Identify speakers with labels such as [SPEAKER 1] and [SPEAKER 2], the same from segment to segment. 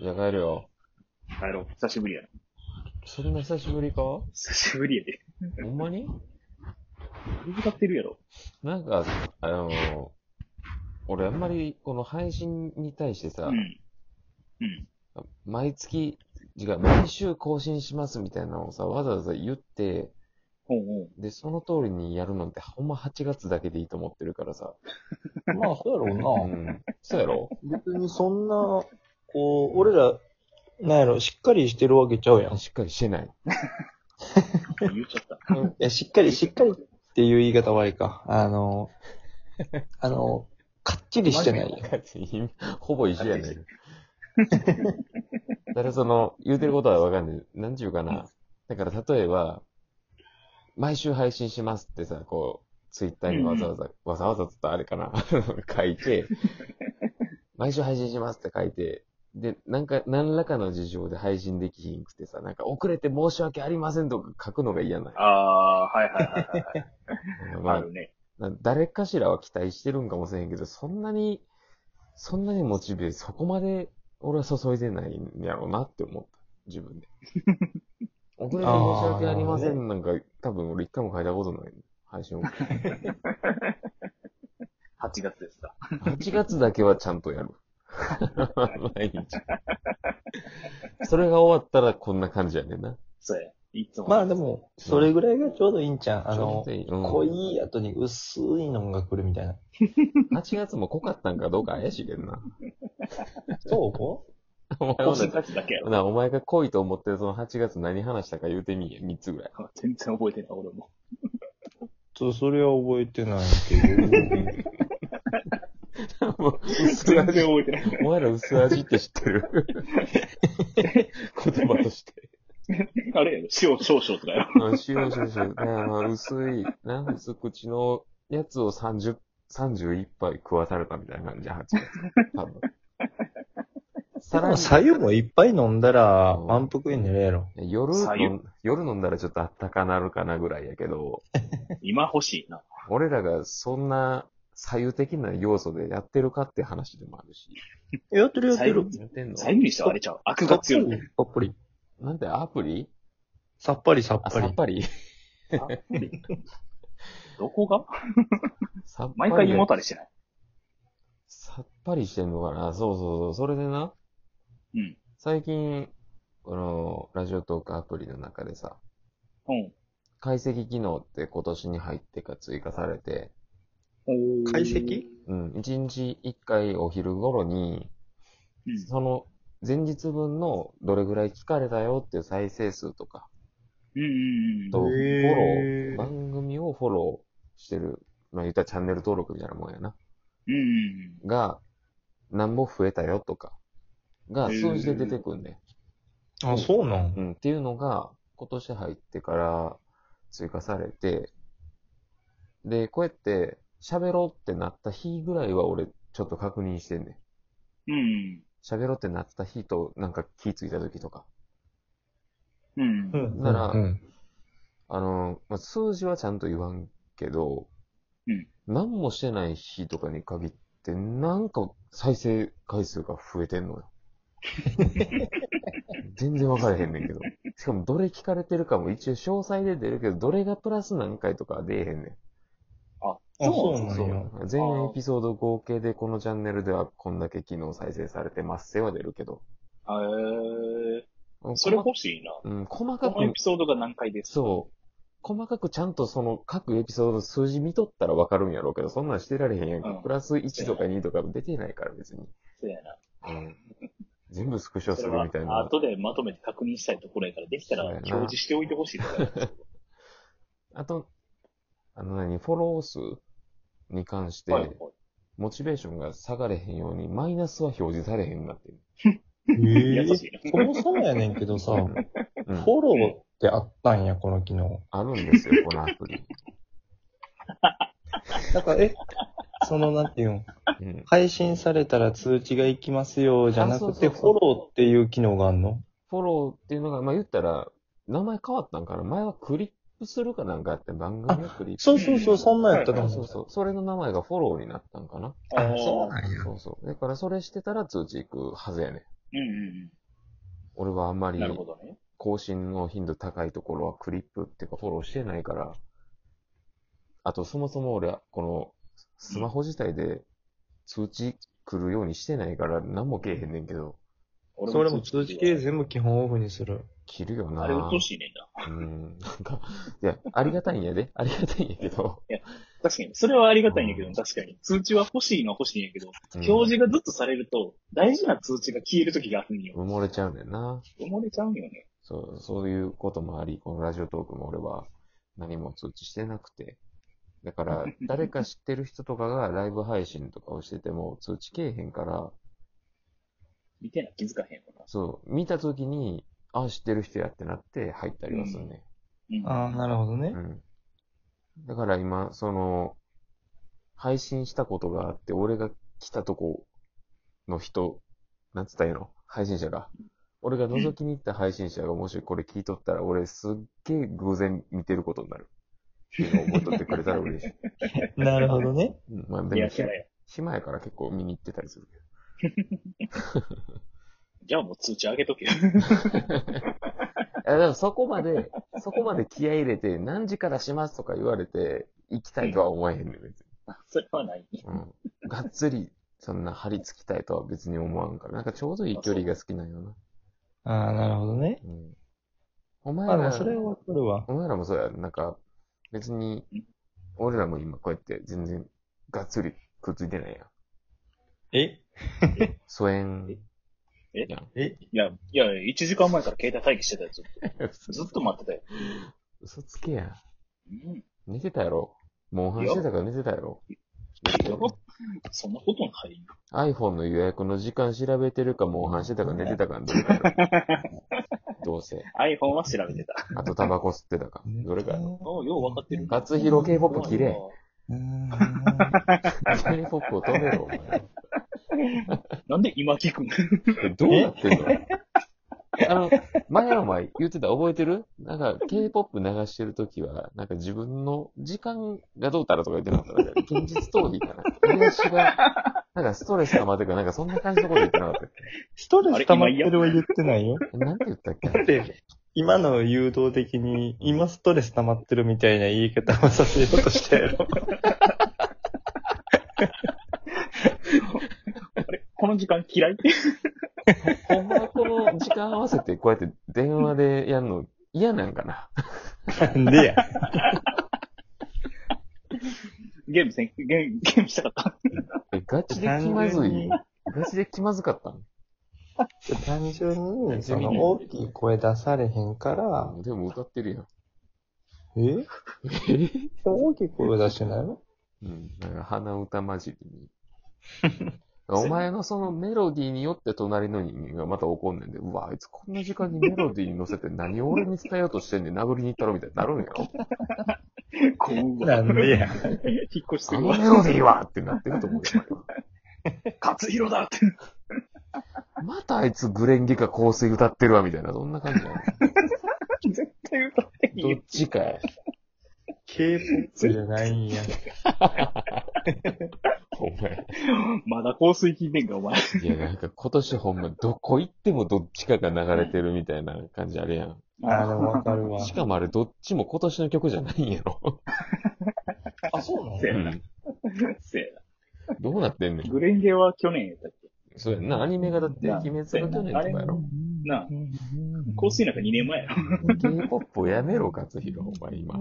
[SPEAKER 1] じゃあ帰るよ。
[SPEAKER 2] 帰ろう。久しぶりやな。
[SPEAKER 1] そんな久しぶりかほ
[SPEAKER 2] 久しぶりやで。
[SPEAKER 1] んまに
[SPEAKER 2] 見つかってるやろ。
[SPEAKER 1] なんか、あの、俺あんまりこの配信に対して
[SPEAKER 2] う
[SPEAKER 1] さ、
[SPEAKER 2] ん。うん。
[SPEAKER 1] 毎月、違う、毎週更新しますみたいなのをさ、わざわざ言って、
[SPEAKER 2] ほうほう。
[SPEAKER 1] で、その通りにやるのってほんま8月だけでいいと思ってるからさ。
[SPEAKER 3] まあ、そうや
[SPEAKER 1] う
[SPEAKER 3] ろうな。
[SPEAKER 1] ん。そうやろ
[SPEAKER 3] 別にそんな、こう、俺ら、なんやろ、しっかりしてるわけちゃうやん。い
[SPEAKER 1] しっかりしてない。
[SPEAKER 2] 言っちゃった。
[SPEAKER 3] や、しっかり、しっかりっていう言い方はいいか。あ の、あの、かっちりしてないやん。
[SPEAKER 1] ほぼ一緒やねん。だからその、言うてることはわかんない。なんちゅうかな。だから例えば、毎週配信しますってさ、こう、ツイッターにわざわざ、わざわざつったらあれかな 書いて、毎週配信しますって書いて、で、なんか、何らかの事情で配信できひんくてさ、なんか遅れて申し訳ありませんとか書くのが嫌ない。
[SPEAKER 2] あー、はいはいはいはいはい。
[SPEAKER 1] ま
[SPEAKER 2] あ
[SPEAKER 1] あ
[SPEAKER 2] るね。
[SPEAKER 1] な誰かしらは期待してるんかもしれんけど、そんなに、そんなにモチベ、そこまで俺は注いでないんやろうなって思った。自分 で。遅れて申し訳ありませんなんか、多分俺一回も書いたことない。配信を。
[SPEAKER 2] 8月ですか。
[SPEAKER 1] 8月だけはちゃんと やる。毎日。それが終わったらこんな感じやねんな。
[SPEAKER 2] そうや。いつも。
[SPEAKER 3] まあで。も、それぐらいがちょうどいいんちゃん。あの
[SPEAKER 1] ちょ、うどいいうん
[SPEAKER 3] 濃い後に薄いのが来るみたいな。
[SPEAKER 1] 8月も濃かったんかどうか怪しいけどな。
[SPEAKER 3] そう
[SPEAKER 1] お前は
[SPEAKER 2] 星たちだけやろ。
[SPEAKER 1] なお前が濃いと思ってるその8月何話したか言うてみえ、3つぐらい。
[SPEAKER 2] 全然覚えてない、俺も。
[SPEAKER 3] ちょっとそれは覚えてない けど。
[SPEAKER 1] 薄
[SPEAKER 2] 全然
[SPEAKER 1] 味。
[SPEAKER 2] 覚えてない。
[SPEAKER 1] お前ら薄味って知ってる 言葉として。
[SPEAKER 2] あれやろ、塩少々とかやろ。
[SPEAKER 1] あ塩塩塩。あの薄い、な、薄口のやつを30、31杯食わされたみたいな感じ、8月。多分。さらに、
[SPEAKER 3] 左右もいっぱい飲んだら
[SPEAKER 1] うん
[SPEAKER 3] 満腹になるやろ。
[SPEAKER 1] 夜
[SPEAKER 2] 左右
[SPEAKER 1] 飲ん、夜飲んだらちょっとあったかなるかなぐらいやけど、
[SPEAKER 2] 今欲しいな。
[SPEAKER 1] 俺らがそんな左右的な要素でやってるかって話でもあるし。
[SPEAKER 3] やってるやって
[SPEAKER 2] 左
[SPEAKER 3] る。
[SPEAKER 2] 右
[SPEAKER 1] やってんの
[SPEAKER 2] 最後にしたらあれちゃう。悪が強い。
[SPEAKER 3] さっぱり。
[SPEAKER 1] なんてアプリ
[SPEAKER 3] さっぱりさっ
[SPEAKER 1] あ、
[SPEAKER 3] ぱ
[SPEAKER 1] さ
[SPEAKER 3] り
[SPEAKER 1] っ。ぱり
[SPEAKER 2] どこが
[SPEAKER 1] さっぱり
[SPEAKER 2] 毎回胃もたれしてない。
[SPEAKER 1] さっぱりしてんのかなそうそうそう。それでな、
[SPEAKER 2] うん。
[SPEAKER 1] 最近、この、ラジオトークアプリの中でさ、
[SPEAKER 2] うん。
[SPEAKER 1] 解析機能って今年に入ってか追加されて、
[SPEAKER 2] おー
[SPEAKER 3] 解析
[SPEAKER 1] うん、1日1回お昼頃に、
[SPEAKER 2] うん。
[SPEAKER 1] その、前日分のどれぐらい聞かれたよっていう再生数とか、
[SPEAKER 2] うんうんうん。
[SPEAKER 1] と、フ
[SPEAKER 3] へ
[SPEAKER 1] ォ
[SPEAKER 3] ー
[SPEAKER 1] ロー、番組をフォローしてる、まあ言ったらチャンネル登録みたいなもんやな、
[SPEAKER 2] うんうんうん。
[SPEAKER 1] が、なんぼ増えたよとか、が数字で出てくんね。
[SPEAKER 3] あ、そうな。
[SPEAKER 1] うんん、っていうのが、今年入ってから追加されて、で、こうやって喋ろうってなった日ぐらいは俺ちょっと確認してんねん。
[SPEAKER 2] うん
[SPEAKER 1] 喋ろうってなった日となんか気ついた時とか。
[SPEAKER 2] うん。うん
[SPEAKER 3] う
[SPEAKER 2] うん。
[SPEAKER 3] ん。
[SPEAKER 1] なら
[SPEAKER 3] うん。
[SPEAKER 1] あの、まあ、数字はちゃんと言わんけど、
[SPEAKER 2] うん
[SPEAKER 1] 何もしてない日とかに限って、なんか再生回数が増えてん のよ。全然分からへんねんけど。しかもどれ聞かれてるかも一応詳細で出るけど、どれがプラス何回とかは出えへんねん。
[SPEAKER 2] あ、
[SPEAKER 3] あそうなんや
[SPEAKER 1] そう。全エピソード合計でこのチャンネルではこんだけ機能再生されてますせは出るけど。
[SPEAKER 2] へえ。それ
[SPEAKER 1] 細か
[SPEAKER 2] 欲しいな。
[SPEAKER 1] うん、細か
[SPEAKER 2] このエ
[SPEAKER 1] く、
[SPEAKER 2] ピソードが何回です。
[SPEAKER 1] そう。細かくちゃんとその各エピソードの数字見とったらわかるんやろうけど、そんなんしてられへんやんか。
[SPEAKER 2] うん
[SPEAKER 1] プラス1とか2とか出てないから別に。
[SPEAKER 2] そうやな。
[SPEAKER 1] うん。全部スクショす
[SPEAKER 2] それ
[SPEAKER 1] る
[SPEAKER 2] は
[SPEAKER 1] みたいな。
[SPEAKER 2] 後でまとめて確認したいところやから、できたら
[SPEAKER 1] そうやな
[SPEAKER 2] 表示しておいてほしいとか。
[SPEAKER 1] あと、あの何、フォロー数に関して、
[SPEAKER 2] はいはい
[SPEAKER 1] モチベーションが下がれへんように、マイナスは表示されへんなってる。
[SPEAKER 3] え
[SPEAKER 2] 優しいな。
[SPEAKER 3] そもそもやねんけどさ、
[SPEAKER 1] う
[SPEAKER 3] フ
[SPEAKER 1] んうん
[SPEAKER 3] ォローってあったんや、この機能。
[SPEAKER 1] あるんですよ、このアプリ。
[SPEAKER 3] だから、え、その、なんていうの、
[SPEAKER 1] うん。
[SPEAKER 3] 配信されたら通知が行きますよ、じゃな
[SPEAKER 1] あ
[SPEAKER 3] く
[SPEAKER 1] そう
[SPEAKER 3] て、
[SPEAKER 1] そうそ
[SPEAKER 3] フ
[SPEAKER 1] う
[SPEAKER 3] ォローっていう機能があんの
[SPEAKER 1] フォローっていうのが、まあ言ったら、名前変わったんかな前はクリップするかなんかやって番組をクリップ。
[SPEAKER 3] そうそうそう、そんなんやった
[SPEAKER 1] そう
[SPEAKER 3] と思
[SPEAKER 1] そう
[SPEAKER 3] う。
[SPEAKER 1] そう。それの名前がフォローになったんかな
[SPEAKER 2] あー
[SPEAKER 3] なん
[SPEAKER 1] そうそう。だからそれしてたら通知行くはずやね。
[SPEAKER 2] うんうん
[SPEAKER 1] 俺はあんま
[SPEAKER 2] うん。
[SPEAKER 1] り
[SPEAKER 2] なるほどね。
[SPEAKER 1] 更新の頻度高いところはクリップっていうかフォローしてないから、あとそもそも俺はこのスマホ自体で通知来るようにしてないから何もけえへんねんけど、
[SPEAKER 3] それも通知系全部基本オフにする。
[SPEAKER 1] 切るよな
[SPEAKER 2] あれ、うっとうしいねんな。
[SPEAKER 1] うん。なんか、いや、ありがたいんやで。ありがたいんやけど。
[SPEAKER 2] 確かに。それはありがたいんやけど、確かに。通知は欲しいのは欲しいんやけど、
[SPEAKER 1] うん
[SPEAKER 2] 表示がずっとされると、大事な通知が消える時があるんよ。
[SPEAKER 1] 埋もれちゃうねんな。
[SPEAKER 2] 埋もれちゃうんよね。
[SPEAKER 1] そう、そういうこともあり、このラジオトークも俺は何も通知してなくて。だから、誰か知ってる人とかがライブ配信とかをしてても通知けえへんから、
[SPEAKER 2] 見てな、気づかへんも
[SPEAKER 1] そう、見たときに、あ、知ってる人やってなって入ったりはするね。
[SPEAKER 2] んな。
[SPEAKER 3] ああ、なるほどね
[SPEAKER 1] う。ん。だから今、その、配信したことがあって、俺が来たとこの人、なんつったらいいの配信者が。俺が覗きに行った配信者がもしこれ聞いとったら、俺すっげえ偶然見てることになる。っていうのを覚えとってくれたら嬉しい。
[SPEAKER 3] なるほどね。
[SPEAKER 1] うん、まあ
[SPEAKER 2] い
[SPEAKER 1] でも
[SPEAKER 2] や、キャラや。
[SPEAKER 1] 暇やから結構見に行ってたりするけど。
[SPEAKER 2] じゃあもう通知上げとけよ。
[SPEAKER 1] いやでもそこまで、そこまで気合い入れて、何時からしますとか言われて、行きたいとは思えへんねん、別に。
[SPEAKER 2] それはない。
[SPEAKER 1] うん。がっつり、そんな張り付きたいとは別に思わんから。なんかちょうどいい距離が好きなんよな。
[SPEAKER 3] ああ、なるほどね。
[SPEAKER 1] うん。お前
[SPEAKER 3] まあでも
[SPEAKER 1] ら、
[SPEAKER 3] それはわかるわ。
[SPEAKER 1] お前らもそうや。なんか、別に
[SPEAKER 2] うん、
[SPEAKER 1] 俺らも今こうやって全然がっつりくっついてないやん。
[SPEAKER 3] え
[SPEAKER 1] 疎 遠。
[SPEAKER 3] え
[SPEAKER 2] いや、いや、1時間前から携帯待機してたやつ。ずっと待ってたよ。
[SPEAKER 1] 嘘つけや。
[SPEAKER 2] うん。
[SPEAKER 1] 寝てたやろ。モンハンしてたから寝てたやろ。
[SPEAKER 2] そんなことないよ。
[SPEAKER 1] iPhone の予約の時間調べてるか、モンハンしてたか寝てたか、どれかやろ。どうせ。
[SPEAKER 2] iPhone は調べてた。
[SPEAKER 1] あとタバコ吸ってたか、どれかやろ。
[SPEAKER 2] おうよう分かってる。
[SPEAKER 1] 勝弘 K-POP 綺麗。
[SPEAKER 3] うーん
[SPEAKER 1] K-POP を止めろ、お前。
[SPEAKER 2] なんで今聞くん
[SPEAKER 1] えどうなってんのあの、前お前言ってた、覚えてるなんか、K-POP 流してるときは、なんか自分の時間がどうたらとか言ってなかったなんか現実逃避かな。癒しが、なんかストレス溜まってくる、なんかそんな感じのこと言ってなかったっ
[SPEAKER 3] ストレス溜まってるは言ってないよ。
[SPEAKER 1] けなんて言ったっけ
[SPEAKER 3] だって、今の誘導的に、今ストレス溜まってるみたいな言い方をさせようとしたやろ。
[SPEAKER 2] この時間嫌い
[SPEAKER 1] ほんまはこの時間合わせて、こうやって電話でやるの嫌なんかな。
[SPEAKER 3] なんでや。
[SPEAKER 2] ゲームせん、ゲーム、ゲームしたかった。
[SPEAKER 1] え、ガチで気まずい。ガチで気まずかったの
[SPEAKER 3] 単純に、その大きい声出されへんから、
[SPEAKER 1] でも歌ってるやん。
[SPEAKER 3] え大きい声出してないの
[SPEAKER 1] うん、だから鼻歌混じりに。 お前のそのメロディーによって隣の人間がまた怒んねんで、うわ、あいつこんな時間にメロディーに乗せて何を俺に伝えようとしてんねん、殴りに行ったろみたいになるんや ろ。
[SPEAKER 2] こう
[SPEAKER 3] なんでや。
[SPEAKER 2] 引っ越して
[SPEAKER 1] あ
[SPEAKER 2] る
[SPEAKER 1] の
[SPEAKER 2] わ
[SPEAKER 1] メ。ロディーはってなってると思うよ お
[SPEAKER 2] 勝弘だって。
[SPEAKER 1] 前は。またあいつグレンゲか香水歌ってるわみたいな、そんな感じや
[SPEAKER 2] 絶対歌ってへん
[SPEAKER 1] ろ。
[SPEAKER 2] よ
[SPEAKER 1] どっちかや。
[SPEAKER 3] K-POP じゃないんや。
[SPEAKER 1] お前。
[SPEAKER 2] まだ香水聞いてんか、お前。
[SPEAKER 1] いや、なんか今年ほんまどこ行ってもどっちかが流れてるみたいな感じあるやん。
[SPEAKER 3] あでもわかるわ。
[SPEAKER 1] しかもあれどっちも今年の曲じゃないんやろ。
[SPEAKER 3] あ、そうなの
[SPEAKER 2] せや
[SPEAKER 1] う
[SPEAKER 2] な。
[SPEAKER 1] ん
[SPEAKER 2] せや
[SPEAKER 1] どうなってんねん
[SPEAKER 2] な。。グレンゲは去年やったっけ
[SPEAKER 1] そうやんな、アニメがだって、
[SPEAKER 2] な
[SPEAKER 1] 鬼滅が去年とかやろ。
[SPEAKER 2] なあ香水なんか2年前やろ。
[SPEAKER 1] K-POP をやめろ、勝弘、お前今。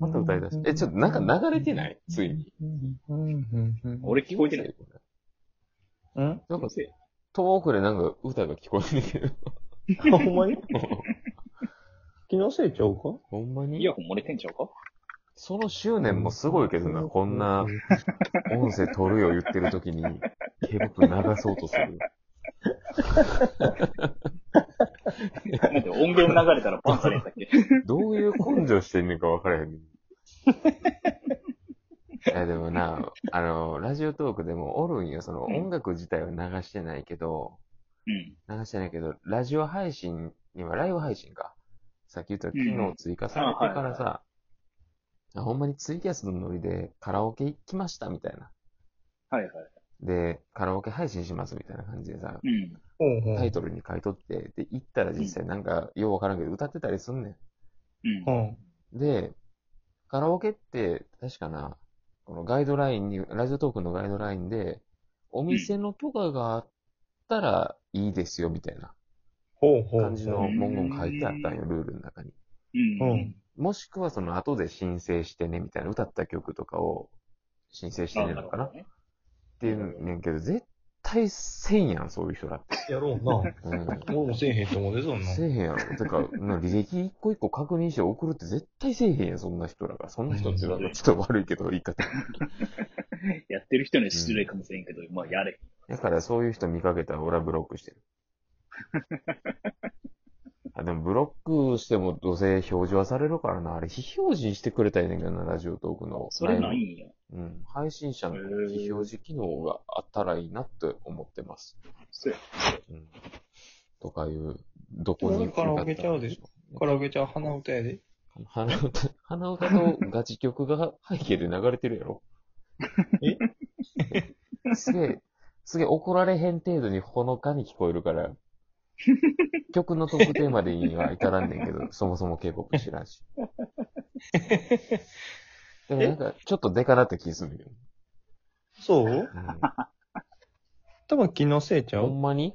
[SPEAKER 1] また歌い出して。え、ちょっとなんか流れてないついに。
[SPEAKER 2] 俺聞こえてない。
[SPEAKER 3] ん
[SPEAKER 1] なんか、
[SPEAKER 2] せや
[SPEAKER 1] 遠くでなんか歌が聞こえて る
[SPEAKER 3] ほんま に
[SPEAKER 1] けど。
[SPEAKER 3] 気のせいちゃうか
[SPEAKER 1] ほんま
[SPEAKER 2] イ
[SPEAKER 1] に
[SPEAKER 2] ヤホン漏れてんちゃうか
[SPEAKER 1] その執念もすごいけどな、こんな音声取るよ言ってる時に K-POP 流そうとする。
[SPEAKER 2] なんで音源流れたらパンされたっけ
[SPEAKER 1] どういう根性してんねんか分からへんねん。いやでもな、あの、ラジオトークでもおるんよ、その
[SPEAKER 2] うん
[SPEAKER 1] 音楽自体は流してないけど、
[SPEAKER 2] うん。
[SPEAKER 1] 流してないけど、ラジオ配信には、ライブ配信か。さっき言った
[SPEAKER 2] うん
[SPEAKER 1] 機能追加されてからさ、あほんまにツイキャスのノリでカラオケ行きましたみたいな。
[SPEAKER 2] はいはい。
[SPEAKER 1] で、カラオケ配信しますみたいな感じでさ、
[SPEAKER 2] うん。
[SPEAKER 3] うん
[SPEAKER 1] タイトルに書いとって、で、行ったら実際なんか、ようわからんけど歌ってたりすんね
[SPEAKER 2] うん
[SPEAKER 3] う。ん。
[SPEAKER 1] ん。で、カラオケって、確かな、このガイドラインに、ラジオトークのガイドラインで、お店のトカがあったらいいですよみたいな
[SPEAKER 3] ほうほう。
[SPEAKER 1] 感じの文言書いてあったんよ、ルールの中に。
[SPEAKER 2] うん。う
[SPEAKER 3] う
[SPEAKER 2] んん。。
[SPEAKER 1] もしくはその後で申請してねみたいな歌った曲とかを申請してねのかなっ
[SPEAKER 2] ね。
[SPEAKER 1] ていうねんけど、絶対せんやん、そういう人らって。
[SPEAKER 3] やろう な。
[SPEAKER 1] うん。
[SPEAKER 3] 俺もせえへんと思うで、そんな
[SPEAKER 1] せえへんやろ。てか、な履歴一個一個確認して送るって絶対せえへんやん、そんな人らが。そんな人ってなんかちょっと悪いけど、言い方。
[SPEAKER 2] やってる人には失礼かもしれんけど、まあ、やれ。
[SPEAKER 1] だからそういう人見かけたら俺はブロック してる。あ、でもブロックしてもどうせ表示はされるからな。あれ非表示してくれたらいいねんけどな、ラジオトークの。
[SPEAKER 2] それないんや。
[SPEAKER 1] うん。配信者の非表示機能があったらいいなって思ってます。
[SPEAKER 2] そうや
[SPEAKER 1] うん。とかいう、どこに
[SPEAKER 3] カラオケちゃうでし
[SPEAKER 1] ょ。
[SPEAKER 3] カラオケちゃん鼻歌やで。
[SPEAKER 1] 鼻歌、鼻歌のガチ曲が背景で流れてるやろ。えすげえ、すげえ怒られへん程度にほのかに聞こえるから、曲の特定までには至らんねんけ ど、そもそも K-POP 知らんし。でもなんか、ちょっとデカなって気するよ。
[SPEAKER 3] そう多分気のせいち
[SPEAKER 1] うん、
[SPEAKER 3] ゃ
[SPEAKER 1] ほん
[SPEAKER 3] う
[SPEAKER 1] まに
[SPEAKER 2] い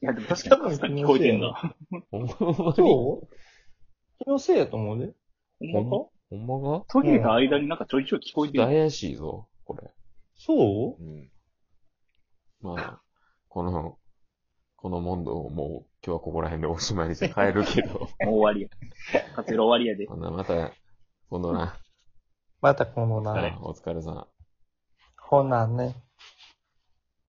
[SPEAKER 2] や、でも確かに聞こえてんな。
[SPEAKER 1] ほんまに
[SPEAKER 3] そう気のせいやと思うで。
[SPEAKER 2] ほんまか
[SPEAKER 1] ほんまが
[SPEAKER 2] 途切れた間になんかちょいちょい聞こえて
[SPEAKER 1] ちょっと
[SPEAKER 2] る。
[SPEAKER 1] 怪しいぞ、これ。
[SPEAKER 3] そ
[SPEAKER 1] うん。まあ、この、この問答をもう今日はここら辺でおしまいにして帰るけど、
[SPEAKER 2] もう終わりや。活路終わりやで。
[SPEAKER 1] ほんならまた、今度な、
[SPEAKER 3] またこの
[SPEAKER 1] あ
[SPEAKER 3] な、
[SPEAKER 1] お疲れさん。
[SPEAKER 3] ほなね。